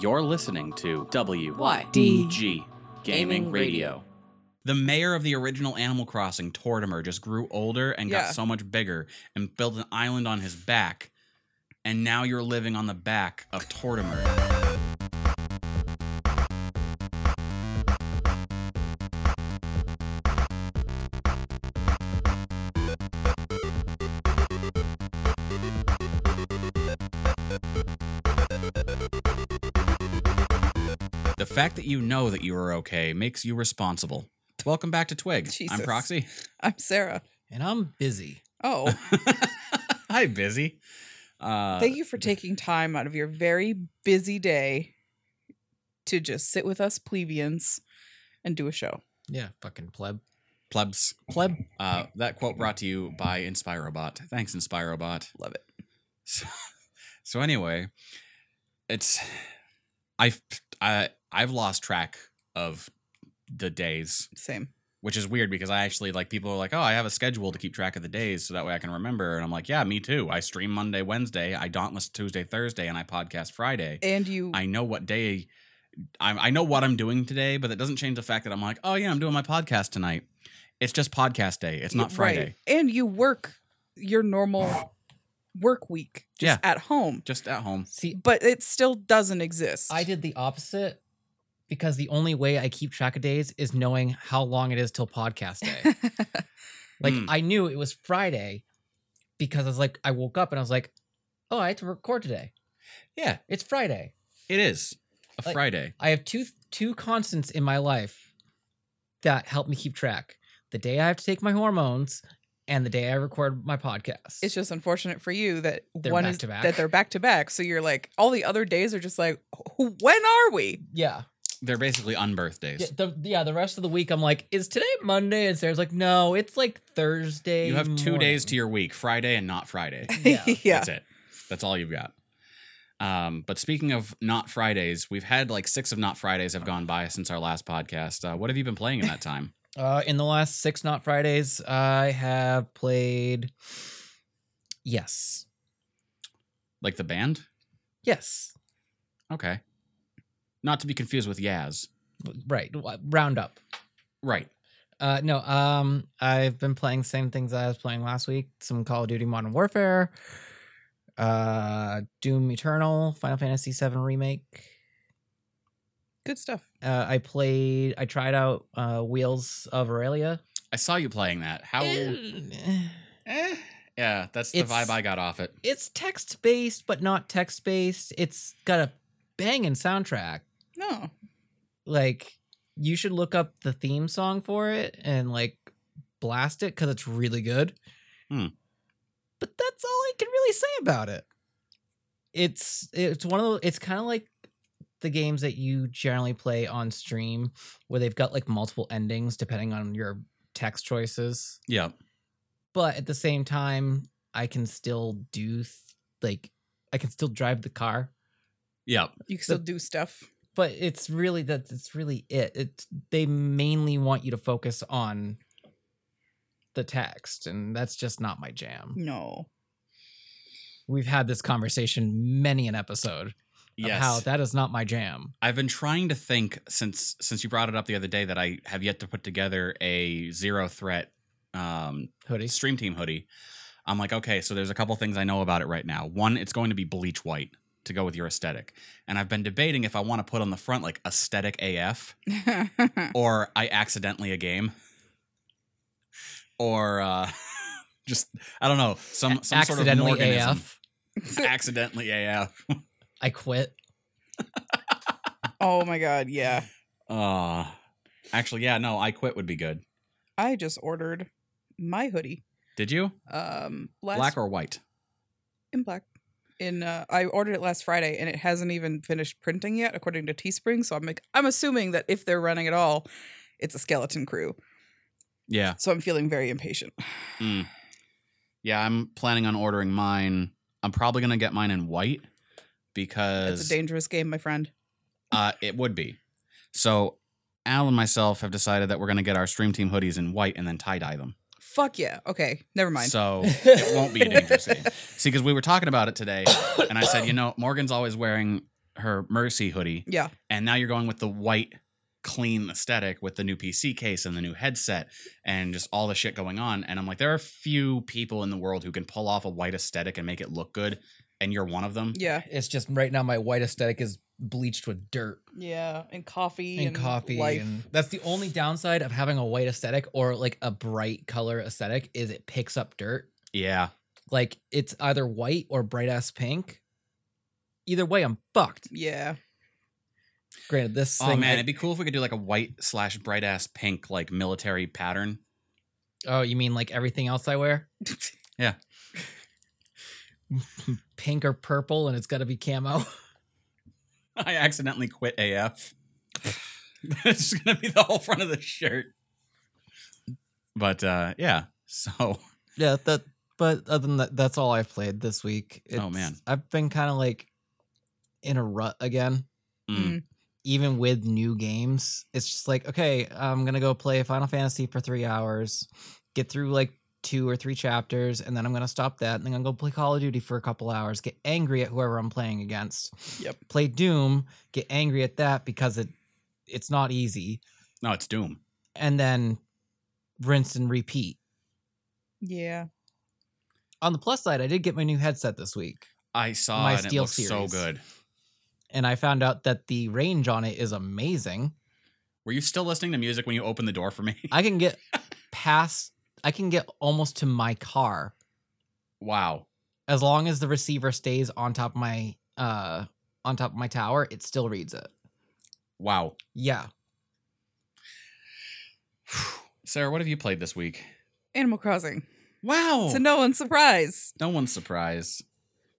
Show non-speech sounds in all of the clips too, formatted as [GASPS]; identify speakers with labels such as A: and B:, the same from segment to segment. A: You're listening to
B: Why?
A: WYDG Gaming
B: Gaming
A: Radio.
B: Radio.
A: The mayor of the original Animal Crossing, Tortimer, just grew older and
C: Yeah.
A: got so much bigger and built an island on his back. And now you're living on the back of Tortimer. The fact that you know that you are okay makes you responsible. Welcome back to Twig.
C: Jesus.
A: I'm Proxy. [LAUGHS]
C: I'm Sarah.
D: and I'm busy.
C: Oh,
A: Hi, Busy. Uh,
C: thank you for taking time out of your very busy day to just sit with us plebeians and do a show.
D: Yeah, fucking pleb.
A: plebs.
D: Pleb.
A: Uh, that quote brought to you by Inspirobot. Thanks, Inspirobot.
C: Love it.
A: So, [LAUGHS] so anyway, it's I've I I've lost track of the days,
C: Same.
A: which is weird because I actually like people are like, oh, I have a schedule to keep track of the days so that way I can remember, and I'm like, yeah, me too. I stream Monday, Wednesday, I Dauntless Tuesday, Thursday, and I podcast Friday.
C: And you,
A: I know what day I'm, I know what I'm doing today, but that doesn't change the fact that I'm like, oh yeah, I'm doing my podcast tonight. It's just podcast day. It's not
C: Right.
A: Friday.
C: And you work your normal work week
A: Yeah,
C: at home,
A: just at home.
D: See,
C: but it still doesn't exist.
D: I did the opposite because the only way I keep track of days is knowing how long it is till podcast
C: [LAUGHS] Hmm.
D: day. like
A: Hmm.
D: I knew it was Friday because I was like, I woke up and I was like, oh, I have to record today.
A: Yeah,
D: It's Friday.
A: it is a
D: Like-
A: Friday.
D: I have two two constants in my life that help me keep track: the day I have to take my hormones and the day I record my podcast.
C: it's just unfortunate for you that
D: They're
C: one
D: back
C: is
D: to back.
C: that they're back to back. So you're like, all the other days are just like, "Wh- when are we?
D: yeah,
A: They're basically unbirthdays.
D: yeah the, yeah. The rest of the week, I'm like, is today Monday? And Sarah's like, no, it's like Thursday.
A: you have two days to
D: morning."
A: your week, Friday and not Friday.
D: Yeah.
C: yeah.
A: That's it. That's all you've got. Um, but speaking of not Fridays, we've had like six of not Fridays have gone by since our last podcast. Uh, what have you been playing in that time?
D: Uh, in the last six not Fridays, I have played. Yes,
A: like the band?
D: yes,
A: Okay. Not to be confused with Yaz.
D: right. Roundup.
A: Right.
D: Uh, no, um, I've been playing the same things I was playing last week. Some Call of Duty Modern Warfare, uh, Doom Eternal, Final Fantasy VII Remake.
C: Good stuff.
D: Uh, I played, I tried out uh, Wheels of Aurelia.
A: I saw you playing that. How? Eh. Yeah, that's the
D: It's-
A: vibe I got off it.
D: It's text based, but not text based. It's got a banging soundtrack.
C: No.
D: Like, you should look up the theme song for it and like blast it because it's really good.
A: Hmm.
D: But that's all I can really say about it. It's it's one of those. It's kind of like the games that you generally play on stream, where they've got like multiple endings depending on your text choices.
A: Yeah.
D: But at the same time, I can still do th- like I can still drive the car
A: Yeah.
C: You can still do stuff.
D: but it's really that it's really it it's they mainly want you to focus on the text and that's just not my jam
C: No. [LAUGHS]
D: we've had this conversation many an episode
A: Yes.
D: of how that is not my jam
A: I've been trying to think since since you brought it up the other day that I have yet to put together a zero threat um,
D: hoodie
A: stream team hoodie. I'm like, okay, so there's a couple things I know about it right now. One, it's going to be bleach white to go with your aesthetic, and I've been debating if I want to put on the front like aesthetic AF or I accidentally a game or uh, [LAUGHS] just I don't know some some sort of
D: accidentally
A: Morganism.
D: af
C: [LAUGHS]
A: accidentally AF.
D: i quit
C: oh my
A: [SIGHS]
C: god, yeah.
A: Uh, actually, yeah, no, I quit would be good.
C: I just ordered my hoodie.
A: Did you?
C: Um last
A: Black or white?
C: in black. In uh I ordered it last Friday and it hasn't even finished printing yet according to Teespring, so I'm like I'm assuming that if they're running at all, it's a skeleton crew.
A: Yeah.
C: So I'm feeling very impatient.
A: Mm. Yeah, I'm planning on ordering mine. I'm probably gonna get mine in white
C: It's a
A: because
C: dangerous game, my friend.
A: uh, it would be. So Al and myself have decided that we're gonna get our stream team hoodies in white and then tie dye them.
C: Fuck yeah. Okay, never [LAUGHS] mind.
A: So
C: [COUGHS]
A: it won't be a dangerous game. See, because we were talking about it today, and I said, you know, Morgan's always wearing her Mercy hoodie,
C: Yeah.
A: and now you're going with the white clean aesthetic with the new PC case and the new headset and just all the shit going on. And I'm like, there are few people in the world who can pull off a white aesthetic and make it look good, and you're one of them.
C: Yeah.
D: It's just right now my white aesthetic is bleached with dirt
C: Yeah. And coffee.
D: and, coffee,
C: Life.
D: and that's the only downside of having a white aesthetic or like a bright color aesthetic is it picks up dirt.
A: Yeah.
D: Like it's either white or bright ass pink. Either way, I'm fucked.
C: yeah.
D: Granted, this
A: Oh
D: thing.
A: man,
D: I-
A: it'd be cool if we could do like a white slash bright ass pink like military pattern. [LAUGHS]
D: oh, you mean like everything else I wear?
A: Yeah.
D: [LAUGHS] pink or purple, and it's got to be camo. [LAUGHS]
A: I accidentally quit [LAUGHS] AF. That's gonna be the whole front of the shirt. But uh yeah, so [LAUGHS]
D: yeah, that. But other than that, that's all I've played this week.
A: Oh, man.
D: I've been kind of like in a rut again.
A: mm,
D: even with new games, it's just like, okay, I'm gonna go play Final Fantasy for three hours, get through like two or three chapters, and then I'm gonna stop that, and then I'm gonna go play Call of Duty for a couple hours, get angry at whoever I'm playing against.
C: Yep.
D: Play Doom, get angry at that because it it's not easy,
A: no, it's Doom.
D: and then rinse and repeat.
C: Yeah.
D: On the plus side, I did get my new headset this week,
A: I saw
D: My
A: it and it
D: Steel
A: looks so
D: series.
A: good.
D: and I found out that the range on it is amazing.
A: Were you still listening to music when you opened the door for me?
D: I can get past I can get almost to my car
A: [LAUGHS] wow.
D: as long as the receiver stays on top of my uh on top of my tower, it still reads it.
A: Wow.
D: Yeah.
A: Sarah, what have you played this week?
C: Animal Crossing.
A: Wow.
C: To no one's surprise.
A: no one's surprised.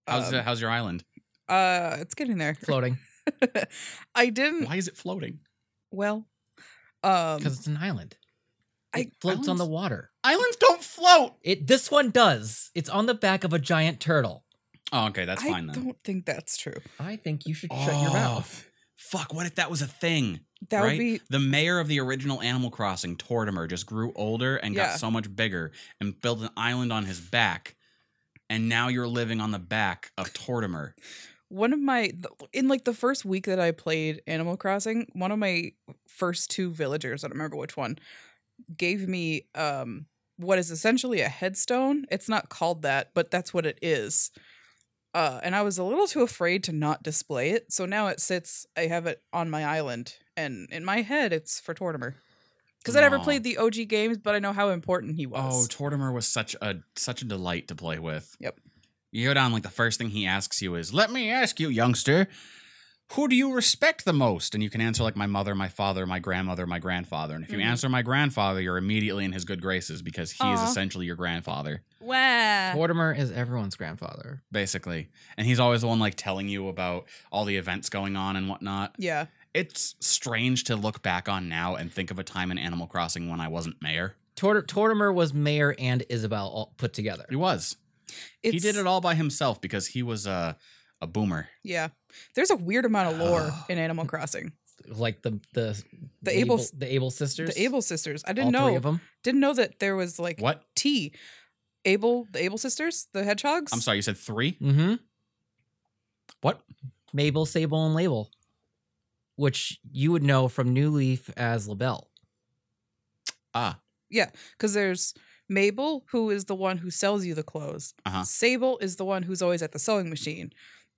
A: How's
C: Um,
A: uh, how's your island?
C: uh, it's
A: [LAUGHS]
C: getting there.
D: [LAUGHS] Floating.
C: I didn't.
A: Why is it floating?
C: Well, um,
D: Because it's an island. It
C: I-
D: floats on the
A: islands-
D: water.
A: Islands don't float.
D: It this one does. It's on the back of a giant turtle.
A: Oh, okay, that's
C: I
A: fine then.
C: don't think that's true.
D: I think you should shut your
A: Oh,
D: mouth.
A: Fuck, what if that was a thing?
C: That
A: right?
C: would be
A: the mayor of the original Animal Crossing, Tortimer, just grew older and
C: Yeah.
A: got so much bigger and built an island on his back. And now you're living on the back of Tortimer.
C: one of my th- in like the first week that I played Animal Crossing, one of my first two villagers, I don't remember which one, gave me um what is essentially a headstone. It's not called that, but that's what it is. Uh and I was a little too afraid to not display it. So now it sits I have it on my island and in my head it's for Tortimer. Cuz I never
A: Aw.
C: played the OG games, but I know how important he
A: Oh,
C: was.
A: Tortimer was such a such a delight to play with.
C: Yep.
A: You go down like the first thing he asks you is, "Let me ask you, youngster, who do you respect the most?" And you can answer like my mother, my father, my grandmother, my grandfather. And if
C: Mhm.
A: you answer my grandfather, you're immediately in his good graces because he is
C: Aw.
A: essentially your grandfather.
C: wow.
D: Mortimer is everyone's grandfather.
A: basically. And he's always the one like telling you about all the events going on and whatnot.
C: yeah.
A: It's strange to look back on now and think of a time in Animal Crossing when I wasn't mayor.
D: Tort- Tortimer was mayor and Isabel all put together.
A: He was. he did it all by himself because he was a a boomer.
C: Yeah. There's a weird amount of
A: [SIGHS]
C: lore in Animal Crossing.
D: Like the the
C: The Abel-
D: the Abel sisters.
C: The Abel sisters. I
D: all
C: didn't
D: three
C: know.
D: of them.
C: Didn't know that there was like
A: What?
C: tea. Abel, the Abel sisters, the hedgehogs.
A: I'm sorry, you said 3?
D: Mm-hmm.
A: What?
D: Mabel, Sable, and Label, which you would know from New Leaf as Labelle.
A: Ah,
C: Because there's Mabel, who is the one who sells you the clothes.
A: Uh-huh.
C: Sable is the one who's always at the sewing machine.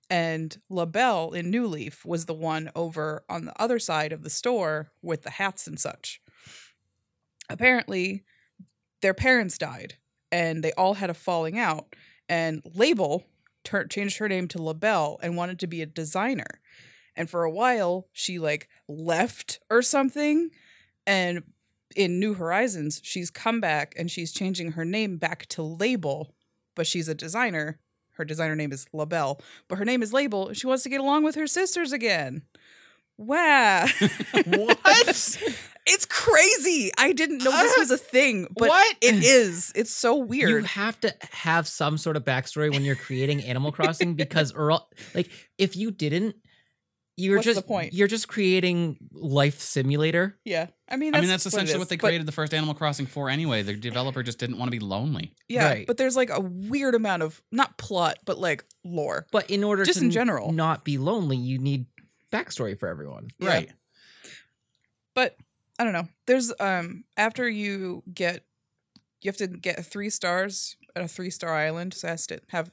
C: And LaBelle in New Leaf was the one over on the other side of the store with the hats and such. Apparently, their parents died and they all had a falling out. And Label tur- changed her name to LaBelle and wanted to be a designer. And for a while, she like left or something. And in New Horizons, she's come back and she's changing her name back to Label, but she's a designer. Her designer name is LaBelle, but her name is Label. and She wants to get along with her sisters again. Wow. [LAUGHS]
D: What?
C: it's crazy. I didn't know this was a thing, but
A: what?
C: it [CLEARS THROAT] is. It's so
D: you
C: weird.
D: have to have some sort of backstory when you're creating
C: [LAUGHS]
D: Animal Crossing because, or el- like, if you didn't, you're
C: What's the
D: just
C: point?
D: you're just creating life simulator.
C: yeah. I mean,
A: I
C: that's,
A: mean that's
C: it
A: essentially
C: is,
A: what they
C: but-
A: created the first Animal Crossing for anyway. The developer just didn't want to be lonely.
C: Yeah.
D: Right.
C: But there's like a weird amount of not plot, but like lore.
D: But in order
C: Just
D: to
C: in
D: n-
C: general.
D: not be lonely, you need backstory for everyone.
C: Yeah.
A: Right.
C: but I don't know. There's um after you get you have to get three stars at a three star island. So it has to have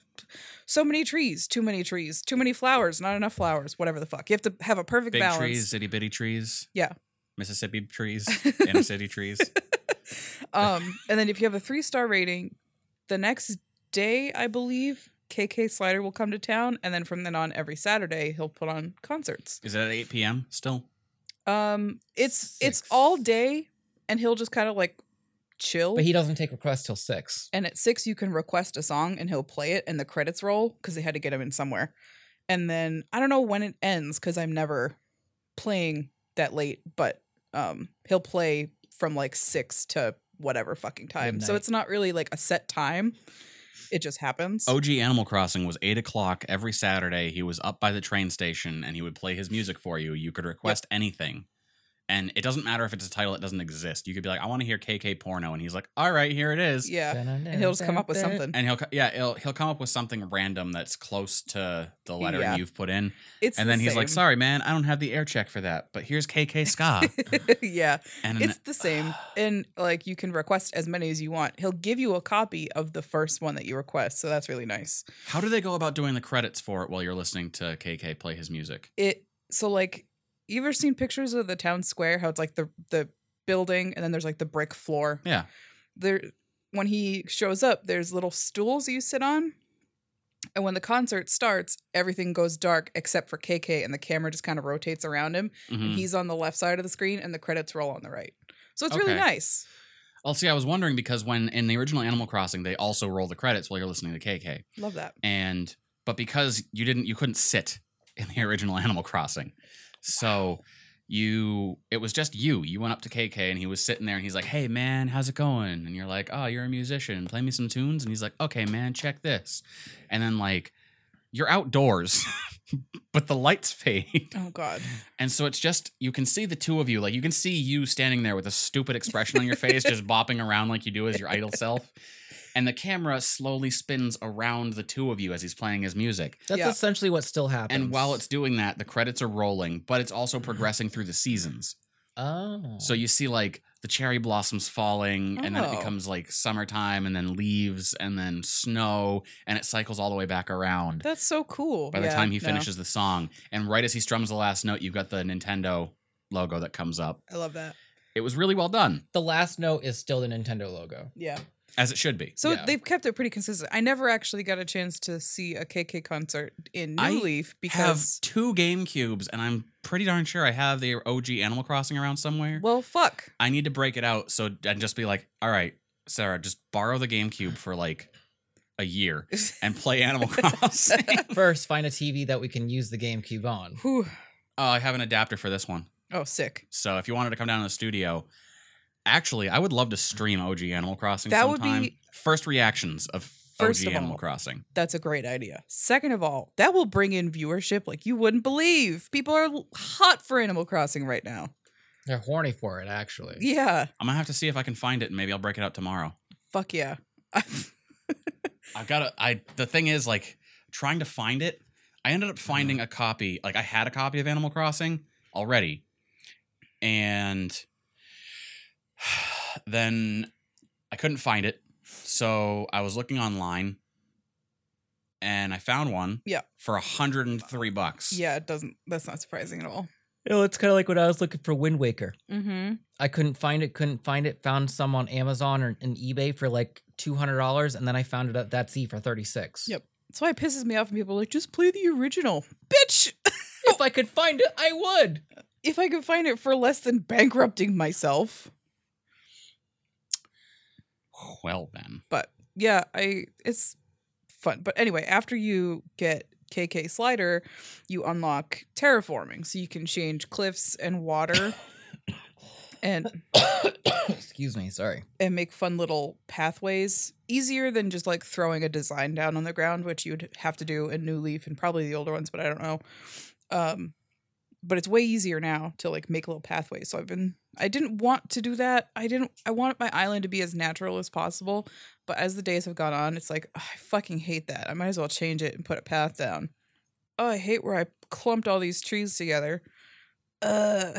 C: so many trees, too many trees, too many flowers, not enough flowers, whatever the fuck. You have to have a perfect
A: Big
C: balance.
A: trees, itty bitty trees.
C: Yeah.
A: Mississippi
C: [LAUGHS]
A: trees, inner city trees.
C: um, and then if you have a three star rating, the next day I believe KK Slider will come to town, and then from then on every Saturday he'll put on concerts.
A: Is it at 8 p.m. still?
C: Um, it's it's
A: Six.
C: all day, and he'll just kind of like chill.
D: But he doesn't take requests till six.
C: and at six you can request a song and he'll play it and the credits roll because they had to get him in somewhere and then i don't know when it ends because i'm never playing that late but um he'll play from like six to whatever fucking time so
D: Midnight.
C: it's not really like a set time it just happens
A: OG Animal Crossing was 8 o'clock every Saturday. He was up by the train station and he would play his music for you. You could request anything. And it doesn't matter if it's a title that doesn't exist. You could be like, I want to hear KK Porno. And he's like, all right, here it is.
C: yeah and he'll just come up with something
A: And he'll, co- yeah, he'll, he'll come up with something random that's close to the lettering
C: Yeah.
A: you've put in.
C: it's
A: and
C: the
A: then he's like,
C: same.
A: sorry, man, I don't have the air check for that. But here's KK
C: [LAUGHS]
A: Ska.
C: yeah
A: and
C: it's the same and like you can request as many as you want he'll give you a copy of the first one that you request so that's really nice
A: How do they go about doing the credits for it while you're listening to KK play his music?
C: it so like you ever seen pictures of the town square how it's like the the building and then there's like the brick floor
A: Yeah.
C: there when he shows up there's little stools you sit on and when the concert starts everything goes dark except for kk and the camera just kind of rotates around him
A: Mhm.
C: he's on the left side of the screen and the credits roll on the right so it's really
A: Okay.
C: nice
A: Well, see, I was wondering because when in the original Animal Crossing, they also roll the credits while you're listening to KK,
C: love that
A: and but because you didn't, you couldn't sit in the [LAUGHS] original Animal Crossing, so you it was just you. You went up to KK and he was sitting there and he's like, "Hey man, how's it going?" And you're like, "Oh, you're a musician. Play me some tunes." And he's like, "Okay man, check this," and then like you're outdoors, [LAUGHS] but the lights [LAUGHS] fade.
C: oh
A: [LAUGHS]
C: god
A: And so it's just you can see the two of you, like you can see you standing there with a stupid expression on your face,
C: [LAUGHS]
A: just bopping around like you do as your idle self. And the camera slowly spins around the two of you as he's playing his music.
D: That's
C: Yeah.
D: essentially what still happens.
A: And while it's doing that, the credits are rolling, but it's
C: Mm-hmm.
A: also progressing through the seasons.
D: oh,
A: So you see like the cherry blossoms falling, and then it
C: Oh.
A: becomes like summertime, and then leaves, and then snow, and it cycles all the way back around.
C: that's so cool
A: By the
C: Yeah,
A: time he
C: no,
A: finishes the song, and right as he strums the last note, you've got the Nintendo logo that comes up.
C: i love that
A: It was really well done,
D: the last note is still the Nintendo [LAUGHS] logo.
C: yeah
A: as it should be.
C: So
D: Yeah.
C: they've kept it pretty consistent. I never actually got a chance to see a KK concert in New
A: I
C: Leaf
A: have
C: because
A: two Game Cubes, and I'm pretty darn sure I have the OG Animal Crossing around somewhere.
C: well, fuck.
A: I need to break it out so and just be like, all right, Sarah, just borrow the Game Cube for like a year
C: [LAUGHS]
A: and [LAUGHS] play Animal Crossing. [LAUGHS]
D: First, find a TV that we can use the GameCube on.
C: Whew.
A: Oh, I have an adapter for this one.
C: Oh, sick.
A: So if you wanted to come down to the studio, actually, I would love to stream OG Animal Crossing.
C: That would
A: sometime.
C: be-
A: first reactions of
C: First
A: OG
C: of
A: Animal
C: all,
A: Crossing.
C: That's a great idea. Second of all, that will bring in viewership like you wouldn't believe. People are l- hot for Animal Crossing right now.
D: They're horny for it, actually.
C: Yeah.
A: I'm gonna have to see if I can find it, and maybe I'll break it out tomorrow.
C: Fuck
A: [LAUGHS]
C: yeah. [LAUGHS]
A: I gotta. I the thing is like trying to find it. I ended up finding a copy. Like I had a copy of Animal Crossing already, and [SIGHS] then I couldn't find it. So I was looking online, and I found one.
C: Yeah.
A: For hundred and three bucks.
C: yeah, it doesn't that's not surprising at all.
D: Oh, it's kind of like when I was looking for Wind Waker.
C: Mm-hmm.
D: I couldn't find it, couldn't find it, found some on Amazon or an eBay for like $200, and then I found it at That's E for 36
C: Yep. That's why it pisses me off when people are like, just play the original. Bitch!
D: If I could find it, I would.
C: If I could find it for less than bankrupting myself.
A: Well then.
C: but yeah, I it's fun. But anyway, after you get KK Slider, you unlock terraforming, so you can change cliffs and water, and
D: [COUGHS] Excuse me, sorry.
C: and make fun little pathways. Easier than just like throwing a design down on the ground, which you'd have to do in New Leaf and probably the older ones, but I don't know. Um, but it's way easier now to like make little pathways. So I've been I didn't want to do that. I didn't I wanted my island to be as natural as possible. But as the days have gone on, it's like "Ugh, I fucking hate that. I might as well change it and put a path down. oh, I hate where I clumped all these trees together. Uh.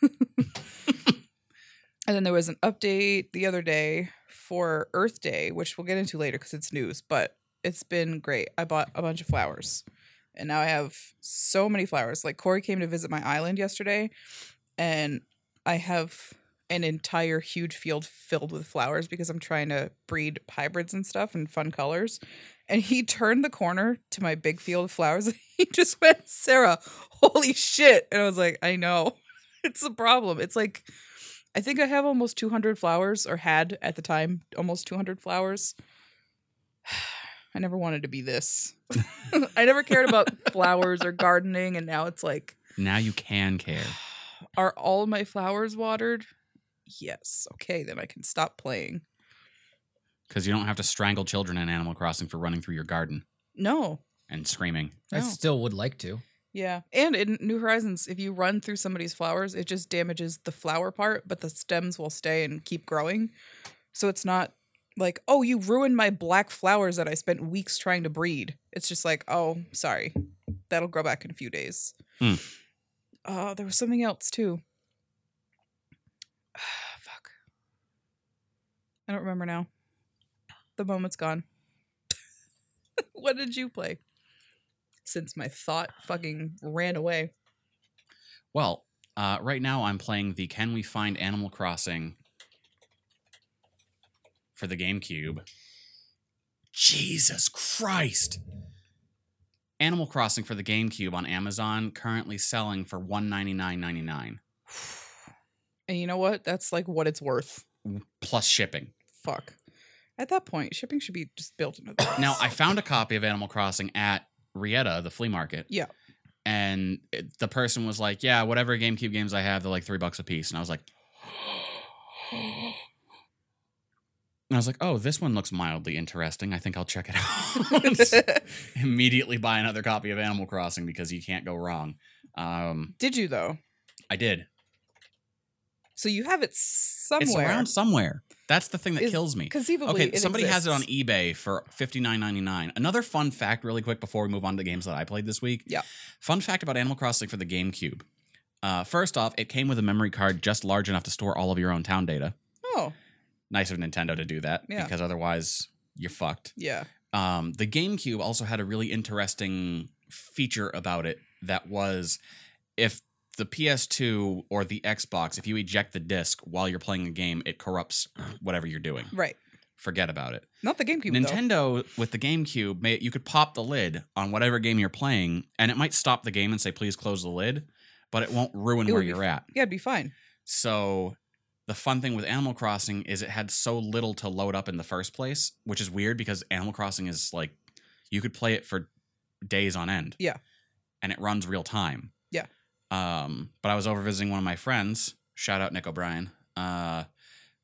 C: [LAUGHS] and then there was an update the other day for Earth Day, which we'll get into later because it's news, but it's been great. I bought a bunch of flowers and now I have so many flowers. Like Corey came to visit my island yesterday and I have an entire huge field filled with flowers because I'm trying to breed hybrids and stuff and fun colors. And he turned the corner to my big field of flowers [LAUGHS] and he just went, Sarah, holy shit. And I was like, I know. [LAUGHS] It's a problem. It's like, I think I have almost 200 flowers or had at the time almost 200 flowers. [SIGHS] I never wanted to be this. [LAUGHS] I never cared about flowers or gardening. And now it's like,
A: Now you can care.
C: [SIGHS] are all my flowers watered? Yes. Okay, then I can stop playing.
A: Because you don't have to strangle children in Animal Crossing for running through your garden
C: No.
A: and screaming.
D: I
C: No.
D: still would like to.
C: Yeah. And in New Horizons, if you run through somebody's flowers, it just damages the flower part, but the stems will stay and keep growing. So it's not like, oh, you ruined my black flowers that I spent weeks trying to breed. It's just like, oh, sorry. That'll grow back in a few days.
A: Hmm.
C: Uh, there was something else too. [SIGHS] Fuck. I don't remember now. The moment's gone. [LAUGHS] what did you play? Since my thought fucking ran away. [SIGHS]
A: Well, uh, right now I'm playing the Can We Find Animal Crossing for the GameCube. Jesus Christ! Animal Crossing for the GameCube on Amazon currently selling for one ninety nine ninety nine
C: And you know what? That's like what it's worth.
A: plus shipping.
C: Fuck. At that point, shipping should be just built into the
A: Now
C: [GASPS]
A: I [GASPS] found a copy of Animal Crossing at Rieta, the flea market.
C: Yeah.
A: And it- the person was like, "Yeah, whatever GameCube games I have, they're like three bucks a piece." And I was like, and I was like, "Oh, this one looks mildly interesting. I think I'll check it out." Immediately buy another copy of Animal Crossing because you can't go wrong. Um,
C: [LAUGHS] Did you though?
A: I did.
C: So you have it
A: It's
C: somewhere.
A: around somewhere. That's the thing that
C: Is-
A: kills me.
C: Conceivably,
A: Okay, somebody has it on
C: exists.
A: eBay for fifty nine ninety nine. Another fun fact, really quick, before we move on to the games that I played this week.
C: Yeah.
A: Fun fact about Animal Crossing for the GameCube. Uh, first off, it came with a memory card just large enough to store all of your own town data.
C: Oh,
A: Nice of Nintendo to do that
C: Yeah.
A: because otherwise you're fucked.
C: yeah.
A: Um, the GameCube also had a really interesting feature about it that was if the PS2 or the Xbox, if you eject the disc while you're playing a game, it corrupts whatever you're doing.
C: Right.
A: Forget about it.
C: Not the GameCube though.
A: Nintendo with the GameCube, may, you could pop the lid on whatever game you're playing, and it might stop the game and say, "Please close the lid," but it won't ruin
C: It
A: where
C: would be
A: you're at.
C: Yeah, it'd be fine.
A: So the fun thing with Animal Crossing is it had so little to load up in the first place, which is weird because Animal Crossing is like you could play it for days on end.
C: Yeah.
A: And it runs real time.
C: Yeah.
A: Um, but I was over visiting one of my friends. Shout out Nick O'Brien. Uh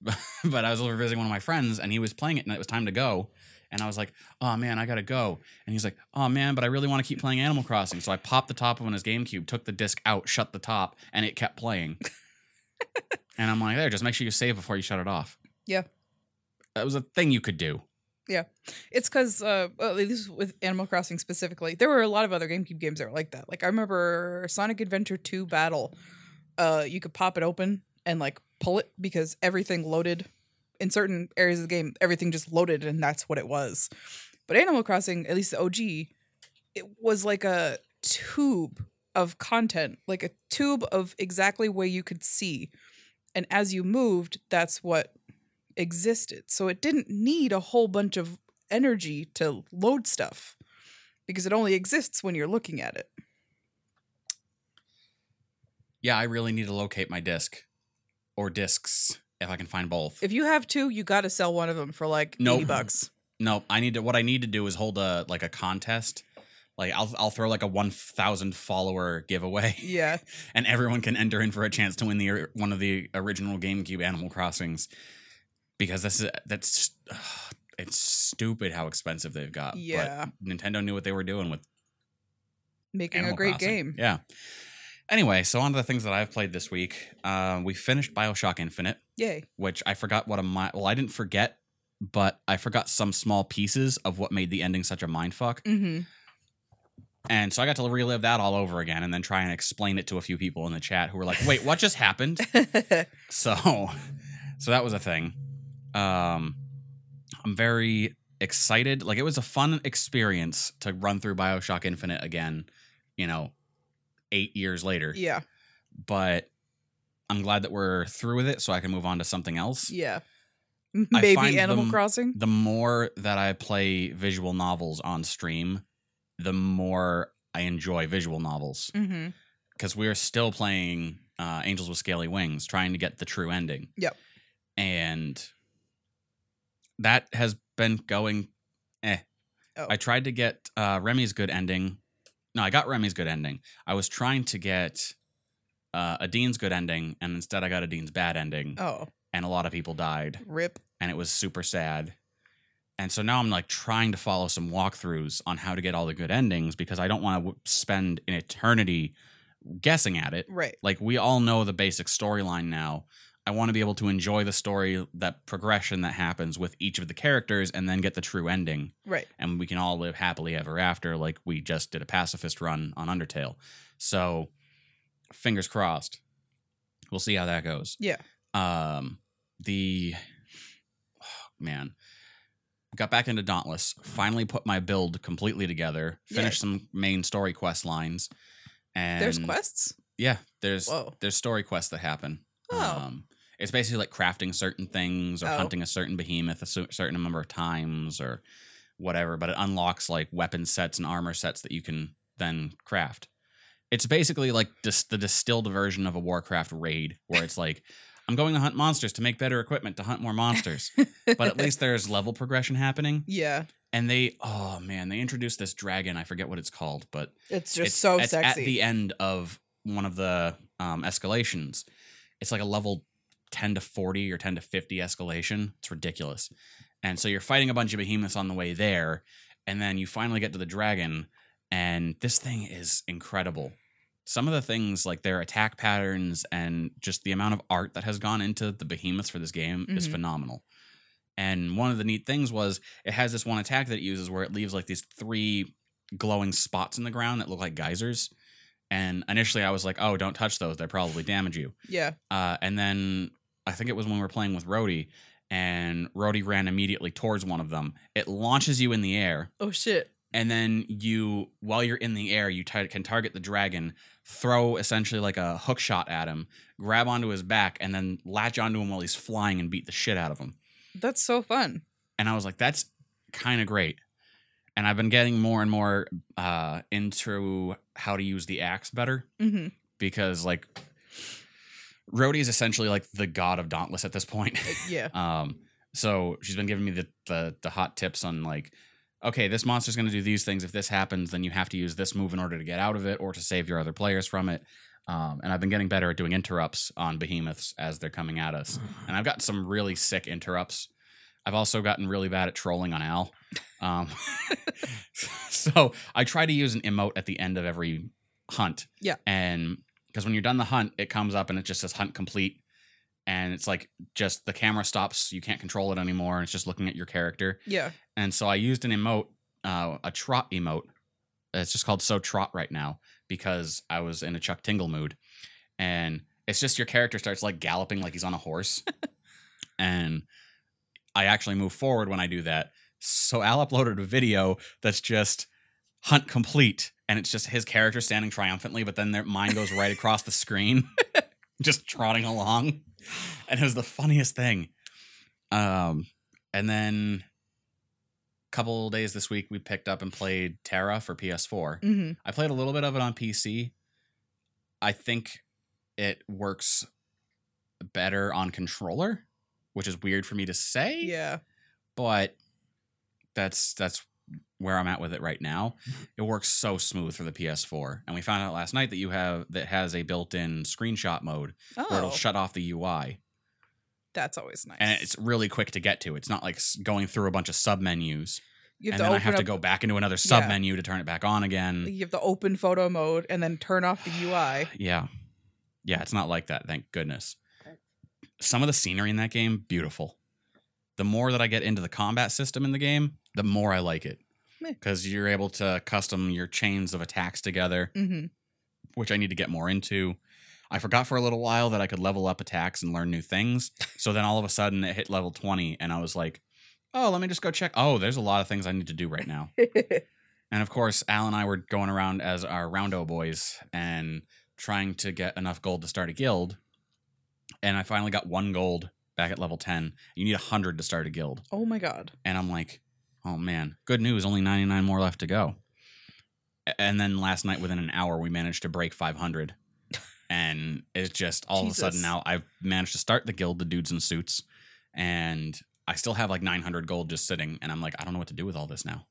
A: [LAUGHS] but I was over visiting one of my friends and he was playing it and it was time to go. And I was like, oh man, I gotta go. And he's like, oh man, but I really want to keep playing Animal Crossing. So I popped the top on his GameCube, took the disc out, shut the top, and it kept playing. and I'm like, there, just make sure you save before you shut it off.
C: Yeah.
A: That was a thing you could do.
C: It's because uh, well, at least with Animal Crossing specifically, there were a lot of other GameCube games that were like that. Like I remember Sonic Adventure Two Battle. Uh, you could pop it open and like pull it because everything loaded. In certain areas of the game, everything just loaded, and that's what it was. But Animal Crossing, at least the OG, it was like a tube of content, like a tube of exactly where you could see. And as you moved, that's what existed. So it didn't need a whole bunch of energy to load stuff because it only exists when you're looking at it.
A: Yeah, I really need to locate my disc or discs if I can find both.
C: If you have two, you got to sell one of them for like
A: Nope.
C: 80 bucks.
A: no, I need to. What I need to do is hold a like a contest. Like I'll I'll throw like a one thousand follower giveaway. [LAUGHS]
C: Yeah.
A: and everyone can enter in for a chance to win the or- one of the original GameCube Animal Crossings because this is that's ugh, it's stupid how expensive they've got.
C: Yeah.
A: but Nintendo knew what they were doing with
C: Making
A: Animal
C: a great
A: Crossing.
C: game.
A: Yeah. Anyway, so on to the things that I've played this week. Um, we finished Bioshock Infinite,
C: Yay.
A: which I forgot what a mi- well I didn't forget, [LAUGHS] but I forgot some small pieces of what made the ending such a mindfuck.
C: Mm-hmm.
A: And so I got to relive that all over again and then try and explain it to a few people in the chat who were like, wait, what just
C: [LAUGHS]
A: happened? So, so that was a thing. Um, I'm very excited. Like it was a fun experience to run through Bioshock Infinite again. You know, eight years later.
C: yeah,
A: But I'm glad that we're through with it, so I can move on to something else.
C: yeah. Maybe
A: find
C: Animal
A: them-
C: Crossing.
A: The more that I play visual novels on stream, the more I enjoy visual novels
C: Mm-hmm.
A: because we are still playing uh, Angels with Scaly Wings, trying to get the true ending.
C: Yep.
A: And that has been going. Eh.
C: Oh.
A: I tried to get uh, Remy's good ending. No, I got Remy's good ending. I was trying to get uh, a Dean's good ending, and instead I got a Dean's bad ending,
C: Oh,
A: and a lot of people died
C: rip.
A: and it was super sad. And so now I'm like trying to follow some walkthroughs on how to get all the good endings because I don't want to w- spend an eternity guessing at it.
C: Right.
A: Like we all know the basic storyline now. I want to be able to enjoy the story, that progression that happens with each of the characters, and then get the true ending.
C: Right.
A: And we can all live happily ever after, like we just did a pacifist run on Undertale. So, fingers crossed. We'll see how that goes
C: Yeah.
A: um the oh, man got back into dauntless finally put my build completely together finished some main story quest lines and
C: There's quests.
A: yeah there's
C: Whoa.
A: there's story quests that happen
C: Oh.
A: um it's basically like crafting certain things or
C: Oh.
A: hunting a certain behemoth a cer- certain number of times or whatever but it unlocks like weapon sets and armor sets that you can then craft it's basically like dis- the distilled version of a warcraft raid where it's like i'm going to hunt monsters to make better equipment to hunt more monsters but at least there's level progression happening
C: [LAUGHS] yeah,
A: and they oh man they introduced this dragon i forget what it's called but
C: it's just
A: it's-
C: so
A: it's
C: sexy.
A: At the end of one of the um, escalations, it's like a level ten to forty or ten to fifty escalation. It's ridiculous, and so you're fighting a bunch of behemoths on the way there, and then you finally get to the dragon, and this thing is incredible. Some of the things like their attack patterns and just the amount of art that has gone into the behemoths for this game is
C: Mhm.
A: phenomenal. And one of the neat things was it has this one attack that it uses where it leaves like these three glowing spots in the ground that look like geysers. And initially I was like, oh, don't touch those. They probably damage you.
C: yeah.
A: Uh, and then I think it was when we were playing with Rhodey, and Rhodey ran immediately towards one of them. It launches you in the air.
C: Oh shit.
A: And then you, while you're in the air, you ti- can target the dragon, throw essentially like a hook shot at him, grab onto his back, and then latch onto him while he's flying and beat the shit out of him.
C: That's so fun.
A: and I was like, that's kind of great. And I've been getting more and more uh, into how to use the axe better
C: hmm
A: because, like, Rhodey is essentially like the god of Dauntless at this point.
C: Uh, Yeah.
A: um, so she's been giving me the, the the hot tips on like, okay, this monster's going to do these things. If this happens, then you have to use this move in order to get out of it or to save your other players from it. Um, and I've been getting better at doing interrupts on behemoths as they're coming at
C: [SIGHS]
A: us and I've gotten some really sick interrupts. I've also gotten really bad at trolling on Al. Um, [LAUGHS] so I try to use an emote at the end of every hunt.
C: Yeah.
A: And because when you're done the hunt, it comes up and it just says hunt complete. And it's like just the camera stops. You can't control it anymore. And it's just looking at your character.
C: Yeah.
A: And so I used an emote, uh, a trot emote. It's just called So Trot right now because I was in a Chuck Tingle mood. And it's just your character starts like galloping like he's on a horse. and I actually move forward when I do that. So Al uploaded a video that's just hunt complete. And it's just his character standing triumphantly, but then their mine goes right across the screen, just trotting along. And it was the funniest thing. Um, and then couple days this week we picked up and played Terra for PS4.
C: hmm
A: I played a little bit of it on PC. I think it works better on controller, which is weird for me to say,
C: Yeah.
A: but that's that's where I'm at with it right now.
C: Mm-hmm.
A: It works so smooth for the PS4. And we found out last night that you have that has a built-in screenshot mode where
C: Oh,
A: it'll shut off the UI
C: that's always nice.
A: and it's really quick to get to. It's not like s- going through a bunch of submenus and
C: you
A: then
C: have to
A: I
C: open
A: have
C: up,
A: to go back into another
C: Yeah.
A: sub menu to turn it back on again.
C: You have to open photo mode and then turn off the
A: [SIGHS]
C: UI.
A: Yeah. Yeah, it's not like that, thank goodness. Some of the scenery in that game, beautiful. The more that I get into the combat system in the game, the more I like it.
C: Meh.
A: because you're able to custom your chains of attacks together,
C: Mm-hmm.
A: [LAUGHS] which I need to get more into. I forgot for a little while that I could level up attacks and learn new things. So then all of a sudden it hit level 20 and I was like, oh, let me just go check. Oh, there's a lot of things I need to do right now. And of course, Al and I were going around as our roundo boys and trying to get enough gold to start a guild. And I finally got one gold back at level 10. You need 100 to start a guild.
C: oh my god.
A: And I'm like, oh man, good news, only 99 more left to go. A- And then last night, within an hour, we managed to break 500. And it's just all of a sudden
C: Jesus.
A: now I've managed to start the guild, the dudes in suits, and I still have like 900 gold just sitting. And I'm like, I don't know what to do with all this now.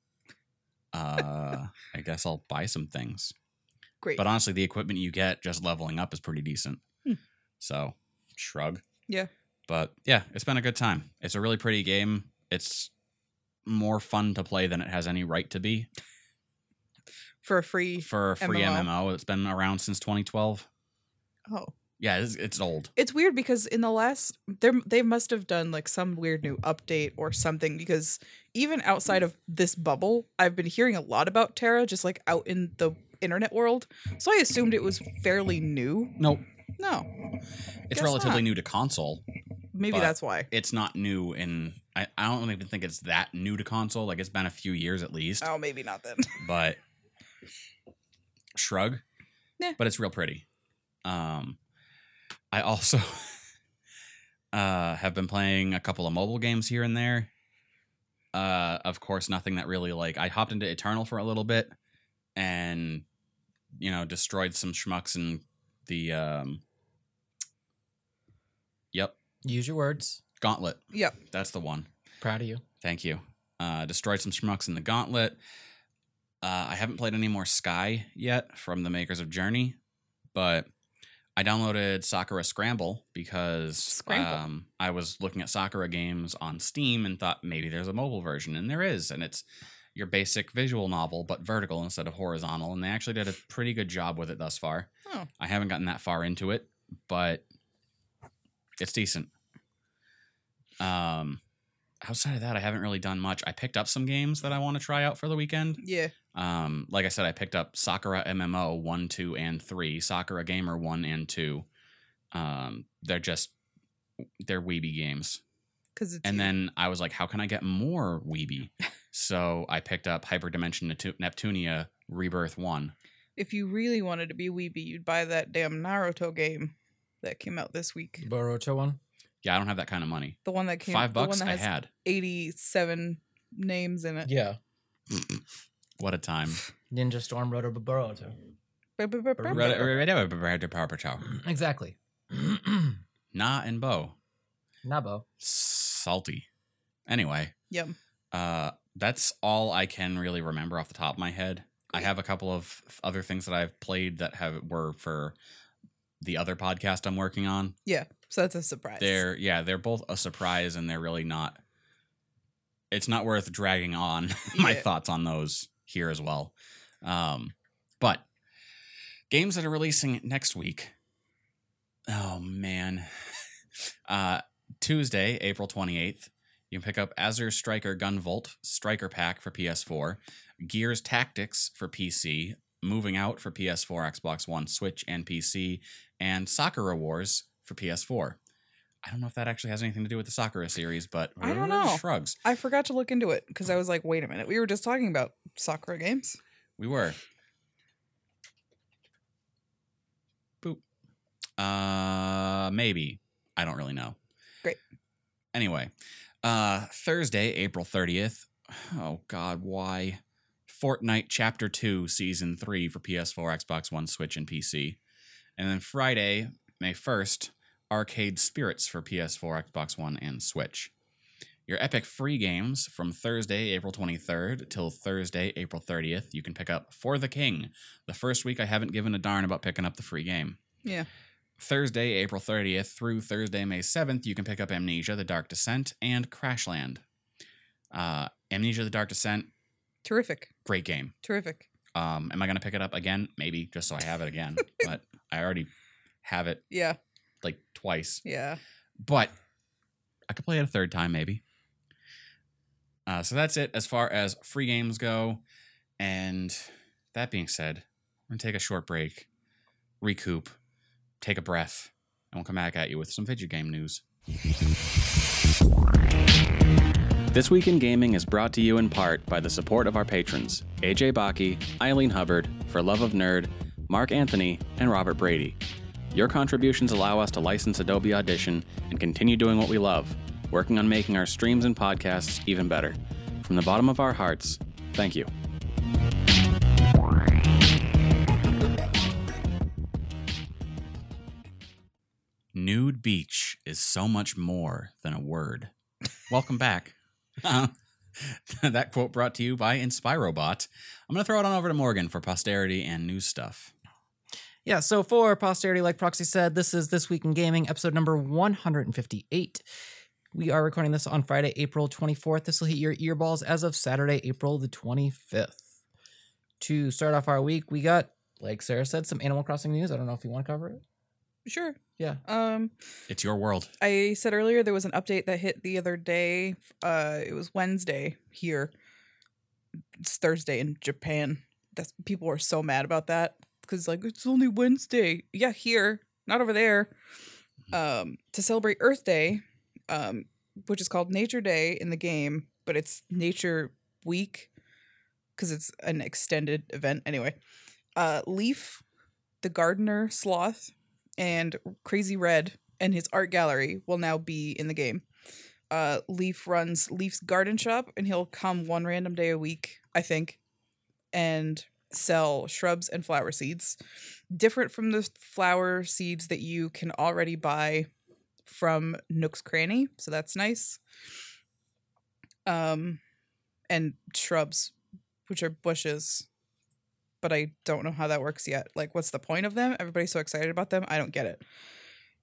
A: Uh, [LAUGHS] I guess I'll buy some things.
C: Great.
A: But honestly, the equipment you get just leveling up is pretty decent.
C: Hmm.
A: So, shrug.
C: Yeah.
A: But yeah, it's been a good time. It's a really pretty game. It's more fun to play than it has any right to be
C: For a free.
A: for a free
C: MMO.
A: MMO. It's been around since 2012.
C: Oh.
A: Yeah, it's, it's old.
C: It's weird because in the last there they must have done like some weird new update or something because even outside of this bubble, I've been hearing a lot about Terra just like out in the internet world. So I assumed it was fairly new.
A: Nope.
C: No,
A: It's
C: Guess
A: relatively
C: not.
A: new to console.
C: maybe
A: But-
C: that's why.
A: It's not new in. I, I don't even think it's that new to console. Like it's been a few years at least.
C: Oh, maybe not then. [LAUGHS]
A: but shrug.
C: Yeah.
A: But it's real pretty. Um, I also [LAUGHS] uh, have been playing a couple of mobile games here and there. Uh, of course, nothing that really like. I hopped into Eternal for a little bit, and you know, destroyed some schmucks in the um, yep,
D: Use your words.
A: Gauntlet.
C: Yep.
A: That's the one.
D: Proud of you.
A: Thank you. Uh, destroyed some schmucks in the gauntlet. Uh, I haven't played any more Sky yet from the makers of Journey, but I downloaded Sakura Scramble because
C: Scramble.
A: Um, I was looking at Sakura games on Steam and thought maybe there's a mobile version, and there is, and it's your basic visual novel but vertical instead of horizontal, and they actually did a pretty good job with it thus far.
C: Oh.
A: I haven't gotten that far into it, but it's decent. Um, outside of that, I haven't really done much. I picked up some games that I want to try out for the weekend.
C: Yeah.
A: Um, like I said, I picked up Sakura MMO one, two, and three. Sakura Gamer one and two. Um, they're just they're weeby games.
C: Because it's
A: And
C: you.
A: then I was like, how can I get more
C: [LAUGHS]
A: weeby? so I picked up Hyperdimension Neptu- Neptunia Rebirth one.
C: if you really wanted to be weeby, you'd buy that damn Naruto game that came out this week.
D: Boruto one.
A: Yeah, I don't have that kind of money.
C: The one that came
A: Five
C: the
A: bucks
C: one
A: I
C: that has
A: had.
C: eighty-seven names in it.
D: Yeah.
A: What a time.
D: Ninja Storm Rotor Boruto.
A: Red- red- red- red- power chow.
D: Exactly.
A: Na and Bo.
D: [COUGHS] Nabo.
A: Salty. Anyway.
C: Yum.
A: Uh, that's all I can really remember off the top of my head. I have a couple of f- other things that I've played that have were for the other podcast I'm working on.
C: Yeah. So that's a surprise.
A: They're yeah, they're both a surprise and they're really not it's not worth dragging on [LAUGHS] my
C: Yeah.
A: thoughts on those here as well. Um but games that are releasing next week. Oh man. [LAUGHS] Uh Tuesday, April 28th, you can pick up Azure Striker Gunvolt Striker Pack for PS4, Gears Tactics for PC, Moving Out for PS4, Xbox One, Switch, and PC, and Sakura Wars for PS4. I don't know if that actually has anything to do with the Sakura series, but
C: I don't know.
A: Shrugs.
C: I forgot to look into it because I was like, wait a minute, we were just talking about Sakura games.
A: We were. Boop. Uh, maybe. I don't really know.
C: Great.
A: Anyway, uh, Thursday, April 30th. Oh, God, why? Fortnite Chapter 2, Season 3 for PS4, Xbox One, Switch, and PC. And then Friday, May 1st, Arcade Spirits for PS4, Xbox One, and Switch. Your Epic free games from Thursday, April 23rd till Thursday, April 30th. You can pick up For the King. The first week I haven't given a darn about picking up the free game.
C: Yeah.
A: Thursday, April 30th through Thursday, May 7th, you can pick up Amnesia, The Dark Descent, and Crashland. Uh, Amnesia, The Dark Descent,
C: Terrific.
A: great game.
C: Terrific.
A: Um, am I going to pick it up again? Maybe, just so I have it again. but I already have it
C: Yeah.
A: like twice
C: Yeah.
A: but I could play it a third time, maybe. Uh, so that's it as far as free games go. And that being said, we're going to take a short break, recoup, take a breath, and we'll come back at you with some video game news. This Week in Gaming is brought to you in part by the support of our patrons AJ Baki, Eileen Hubbard, For Love of Nerd, Mark Anthony, and Robert Brady. Your contributions allow us to license Adobe Audition and continue doing what we love, working on making our streams and podcasts even better. From the bottom of our hearts, thank you. Nude beach is so much more than a word. Welcome back. [LAUGHS] Uh, that quote brought to you by Inspirobot. I'm going to throw it on over to Morgan for posterity and news stuff.
D: Yeah, so for posterity, like Proxy said, this is This Week in Gaming, episode number 158. We are recording this on Friday, April 24th. This will hit your earballs as of Saturday, April the 25th. To start off our week, we got, like Sarah said, some Animal Crossing news. I don't know if you want to cover it.
C: Sure.
D: Yeah.
C: Um,
A: It's your world.
C: I said earlier there was an update that hit the other day. Uh, it was Wednesday here. It's Thursday in Japan. That's people are so mad about that because like it's only Wednesday. Yeah, here, not over there. Um, to celebrate Earth Day, um, which is called Nature Day in the game, but it's Nature Week because it's an extended event anyway. Uh, Leaf, the gardener sloth, and Crazy Red and his art gallery will now be in the game. Uh, Leaf runs Leaf's garden shop, and he'll come one random day a week, I think, and sell shrubs and flower seeds. Different from the flower seeds that you can already buy from Nook's Cranny, so that's nice. Um, and shrubs, which are bushes, but I don't know how that works yet. Like, what's the point of them? Everybody's so excited about them. I don't get it.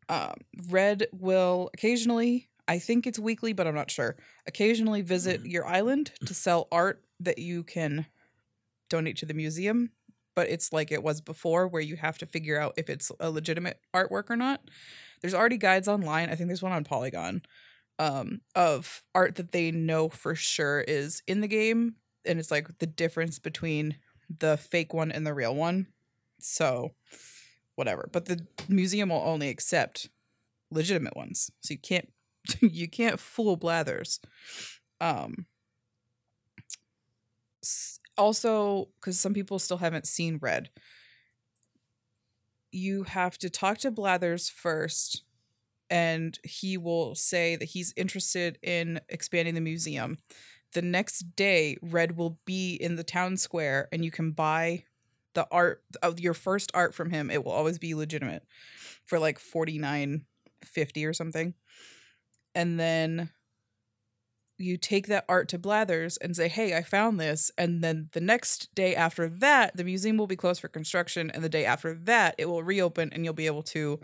C: Um, Red will occasionally, I think it's weekly, but I'm not sure, occasionally visit your island to sell art that you can donate to the museum. But it's like it was before, where you have to figure out if it's a legitimate artwork or not. There's already guides online. I think there's one on Polygon um, of art that they know for sure is in the game. And it's like the difference between the fake one and the real one. So, whatever. But the museum will only accept legitimate ones. So you can't [LAUGHS] you can't fool blathers. Um s- also cuz some people still haven't seen red. You have to talk to blathers first and he will say that he's interested in expanding the museum. The next day, Red will be in the town square and you can buy the art of your first art from him it will always be legitimate for like 4950 or something and then you take that art to blathers and say hey i found this and then the next day after that the museum will be closed for construction and the day after that it will reopen and you'll be able to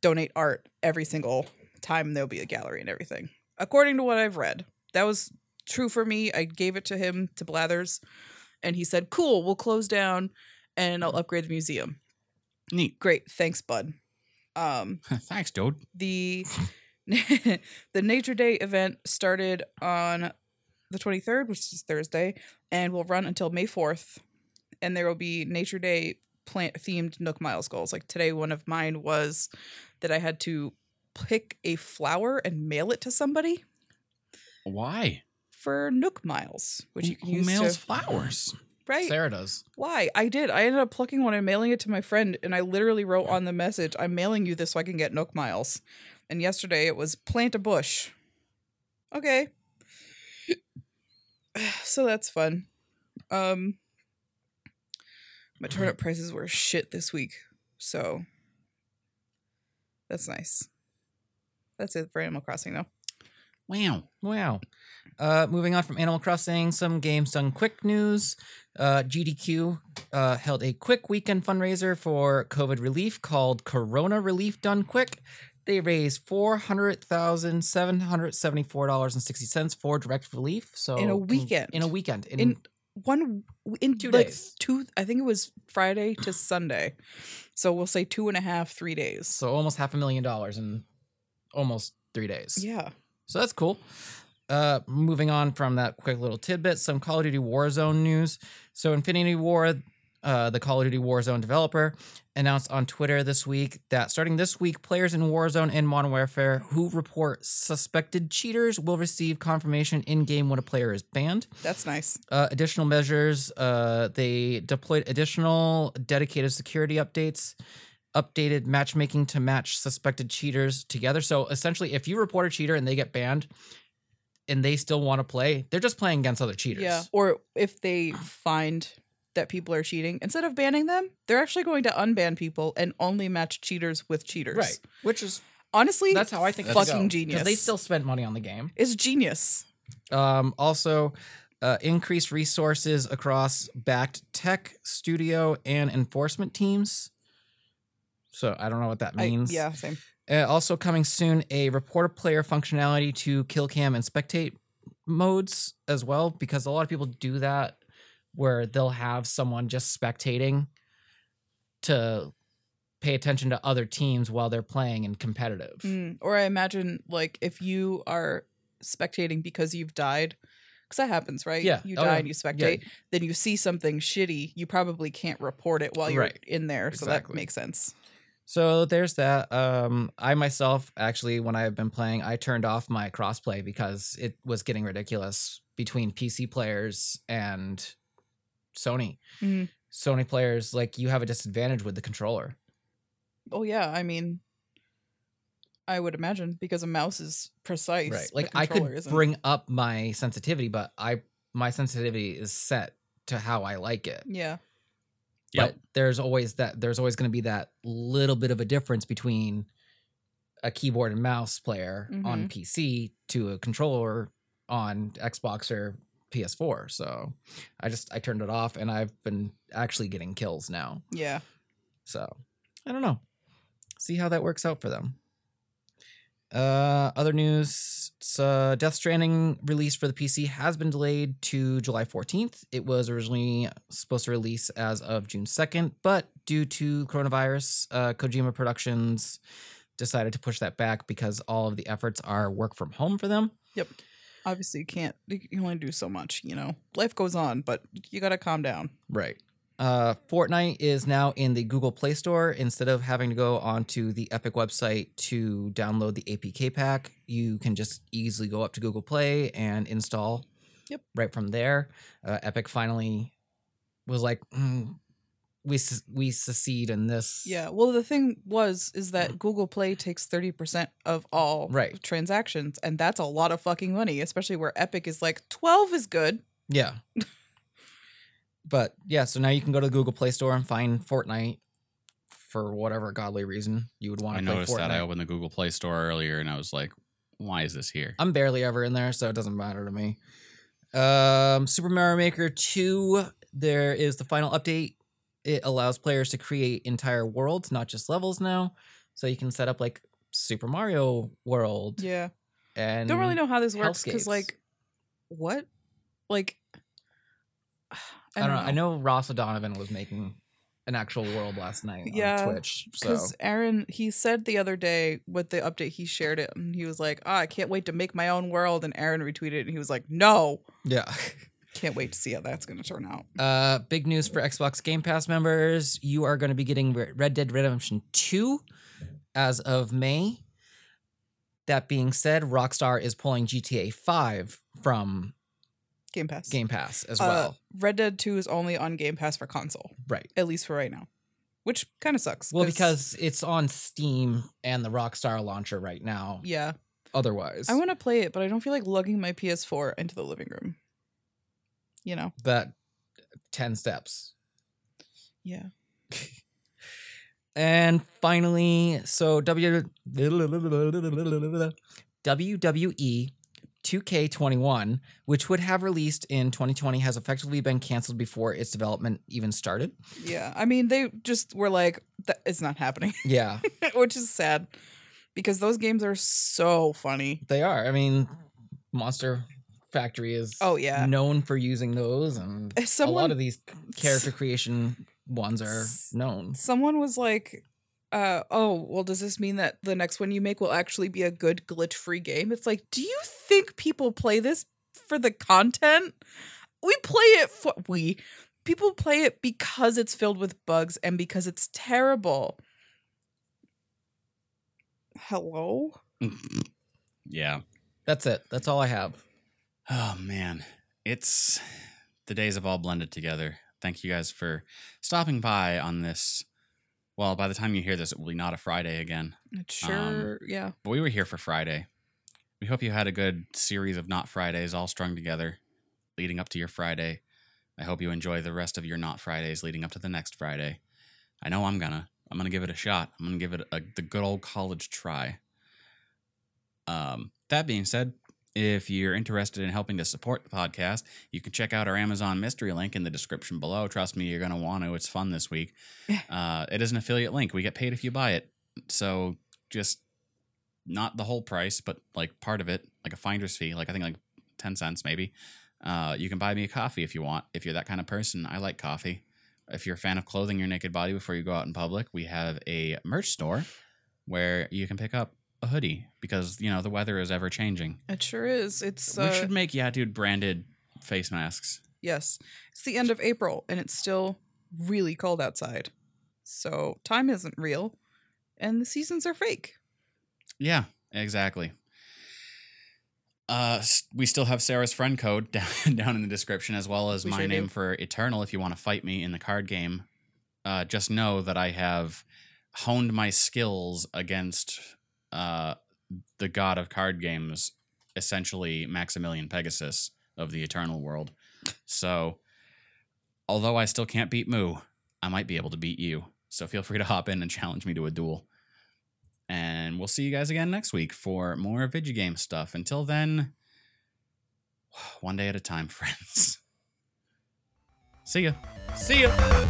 C: donate art every single time there'll be a gallery and everything according to what i've read that was true for me i gave it to him to blathers and he said cool we'll close down and I'll upgrade the museum.
A: Neat.
C: Great, thanks, bud. Um,
A: [LAUGHS] Thanks, dude.
C: the [LAUGHS] the Nature Day event started on the 23rd, which is Thursday, and will run until May 4th. And there will be Nature Day plant themed Nook Miles goals. Like today, one of mine was that I had to pick a flower and mail it to somebody
A: Why?
C: for Nook Miles, which you can use
A: mails
C: to
A: flowers.
C: right.
D: Sarah does.
C: Why? I did. I ended up plucking one and mailing it to my friend, and I literally wrote on the message, I'm mailing you this so I can get Nook Miles. And yesterday it was plant a bush. Okay. [SIGHS] so that's fun. Um my turnip prices were shit this week. So that's nice. That's it for Animal Crossing though.
A: Wow.
D: Wow. Uh, moving on from Animal Crossing, some games done quick news. Uh, GDQ uh, held a quick weekend fundraiser for COVID relief called Corona Relief Done Quick. They raised four hundred thousand seven hundred seventy-four dollars and sixty cents for direct relief. So
C: In a
D: con-
C: weekend.
D: in a weekend, in,
C: In- one in
D: Two
C: like
D: days.
C: two i think it was friday to sunday so we'll say two and a half three days
D: so almost half a million dollars in almost three days.
C: yeah
D: So that's cool. Uh, moving on from that quick little tidbit, some Call of Duty Warzone news. So, Infinity War, uh, the Call of Duty Warzone developer, announced on Twitter this week that starting this week, players in Warzone and Modern Warfare who report suspected cheaters will receive confirmation in game when a player is banned.
C: That's nice.
D: Uh, additional measures, uh, they deployed additional dedicated security updates, updated matchmaking to match suspected cheaters together. So essentially, if you report a cheater and they get banned and they still want to play, they're just playing against other cheaters.
C: Yeah. Or if they find that people are cheating, instead of banning them, they're actually going to unban people and only match cheaters with cheaters.
D: Right. Which is
C: Honestly,
D: that's how I think it should
C: fucking
D: go. 'Cause
C: genius.
D: They still spent money on the game.
C: it's genius.
D: Um, also, uh, increased resources across backed tech, studio, and enforcement teams. So I don't know what that
C: I-
D: means.
C: yeah, same.
D: Uh, also coming soon, a report of player functionality to kill cam and spectate modes as well, because a lot of people do that where they'll have someone just spectating to pay attention to other teams while they're playing in competitive.
C: Mm, or I imagine like if you are spectating because you've died, because that happens, right?
D: Yeah.
C: You
D: Oh,
C: die
D: yeah.
C: and you spectate. Then you see something shitty. You probably can't report it while you're
D: Right.
C: in there, so that
D: Exactly.
C: makes sense.
D: So there's that. Um, I myself, actually, when I've been playing, I turned off my crossplay because it was getting ridiculous between PC players and Sony.
C: Mhm.
D: Sony players, like, you have a disadvantage with the controller.
C: Oh yeah, I mean, I would imagine because a mouse is precise.
D: Right.
C: but
D: Like, I could
C: controller isn't.
D: bring up my sensitivity, but I my sensitivity is set to how I like it.
C: Yeah.
A: Yep.
D: But there's always that there's always going to be that little bit of a difference between a keyboard and mouse player on PC to a controller on Xbox or PS4. So I just I turned it off and I've been actually getting kills now.
C: Yeah.
D: So I don't know. See how that works out for them. Uh, other news: it's, uh, Death Stranding release for the PC has been delayed to July 14th. It was originally supposed to release as of June 2nd, but due to coronavirus, uh, Kojima Productions decided to push that back because all of the efforts are work from home for them.
C: Obviously, you can't. You can only do so much. You know, life goes on, but you gotta calm down.
D: Right. Uh, Fortnite is now in the Google Play Store. Instead of having to go onto the Epic website to download the APK pack, you can just easily go up to Google Play and install.
C: Yep.
D: Right from there, uh, Epic finally was like, "Mm, "We se- we secede in this."
C: Yeah. Well, the thing was is that Google Play takes 30% of all
D: Right.
C: transactions and that's a lot of fucking money, especially where Epic is like 12 is good. [LAUGHS]
D: Yeah. but yeah, so now you can go to the Google Play Store and find Fortnite for whatever godly reason you would want
A: I
D: to play
A: noticed
D: Fortnite.
A: that I opened the Google Play Store earlier and I was like, why is this [LAUGHS] here?
D: I'm barely ever in there, so it doesn't matter to me. Um, Super Mario Maker 2, there is the final update. It allows players to create entire worlds, not just levels now. So you can set up like Super Mario World.
C: Yeah.
D: And
C: Don't really know how this works cuz
D: Hellscapes.
C: like what? Like [SIGHS]
D: I don't, know. I know Ross O'Donovan was making an actual world last night
C: Yeah,
D: on Twitch. So
C: Because Aaron, he said the other day with the update, he shared it and he was like, ah, I can't wait to make my own world. And Aaron retweeted it and he was like, no,
D: yeah.
C: can't wait to see how that's going to turn out.
D: Uh, big news for Xbox Game Pass members. You are going to be getting Re- Red Dead Redemption 2 as of May. That being said, Rockstar is pulling GTA 5 from
C: Game Pass.
D: Game Pass as
C: Uh,
D: well.
C: Red Dead 2 is only on Game Pass for console.
D: right.
C: at least for right now, which kind of sucks.
D: Well, because it's on Steam and the Rockstar launcher right now.
C: yeah,
D: Otherwise,
C: I want to play it, but I don't feel like lugging my PS4 into the living room. You know?
D: that 10 steps.
C: Yeah.
D: And finally, so W WWE 2K21, which would have released in 2020, has effectively been canceled before its development even started.
C: Yeah. I mean, they just were like, "Th- it's not happening, [LAUGHS]
D: Yeah,
C: which is sad because those games are so funny.
D: they are. I mean, Monster Factory is
C: Oh, yeah.
D: known for using those, and
C: Someone,
D: a lot of these character creation ones are known.
C: someone was like, uh, oh, well, does this mean that the next one you make will actually be a good glitch free game? It's like, do you think people play this for the content? We play it for we people play it because it's filled with bugs and because it's terrible. Hello?
A: yeah.
D: That's it. That's all I have.
A: Oh man, it's the days have all blended together. Thank you guys for stopping by on this. Well, by the time you hear this, it will be not a Friday again.
C: It sure, yeah.
A: But we were here for Friday. We hope you had a good series of not Fridays all strung together leading up to your Friday. I hope you enjoy the rest of your not Fridays leading up to the next Friday. I know I'm gonna. I'm gonna give it a shot. I'm gonna give it a, the good old college try. Um, that being said, if you're interested in helping to support the podcast, you can check out our Amazon mystery link in the description below. Trust me, you're gonna want to. It's fun this week. uh, it is an affiliate link. We get paid if you buy it, so just not the whole price, but like part of it, like a finder's fee, like I think like ten cents maybe. Uh, you can buy me a coffee if you want. If you're that kind of person, I like coffee. If you're a fan of clothing your naked body before you go out in public, we have a merch store where you can pick up a hoodie because you know the weather is ever changing.
C: It sure is. It's
A: we
C: uh,
A: should make yeah, dude, branded face masks.
C: yes. It's the end of April and it's still really cold outside. So time isn't real and the seasons are fake.
A: Yeah, exactly. Uh, s- we still have Sarah's friend code [LAUGHS] down, down in the description, as well as
C: We
A: my
C: sure do.
A: name for Eternal. If you want to fight me in the card game, uh, just know that I have honed my skills against uh, the god of card games, essentially Maximilian Pegasus of the Eternal world. So, although I still can't beat Moo, I might be able to beat you. So feel free to hop in and challenge me to a duel. And we'll see you guys again next week for more video game stuff. Until then, [SIGHS] one day at a time, [LAUGHS] friends. see ya.
D: See ya.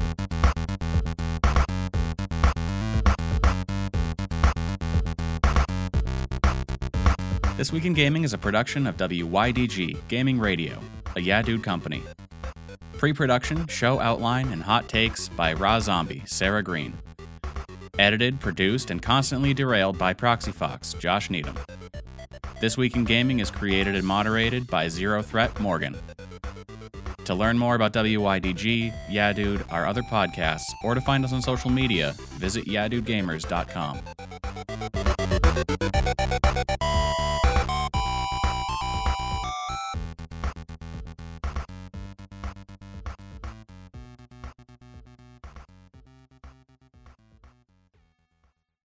A: This Week in Gaming is a production of WYDG Gaming Radio, a Yeah Dude company. Pre production, show outline, and hot takes by Raw Zombie, Sarah Green. Edited, produced, and constantly derailed by ProxyFox, Josh Needham. This Week in Gaming is created and moderated by Zero Threat Morgan. To learn more about WYDG, Yeah Dude, our other podcasts, or to find us on social media, visit YadudeGamers.com.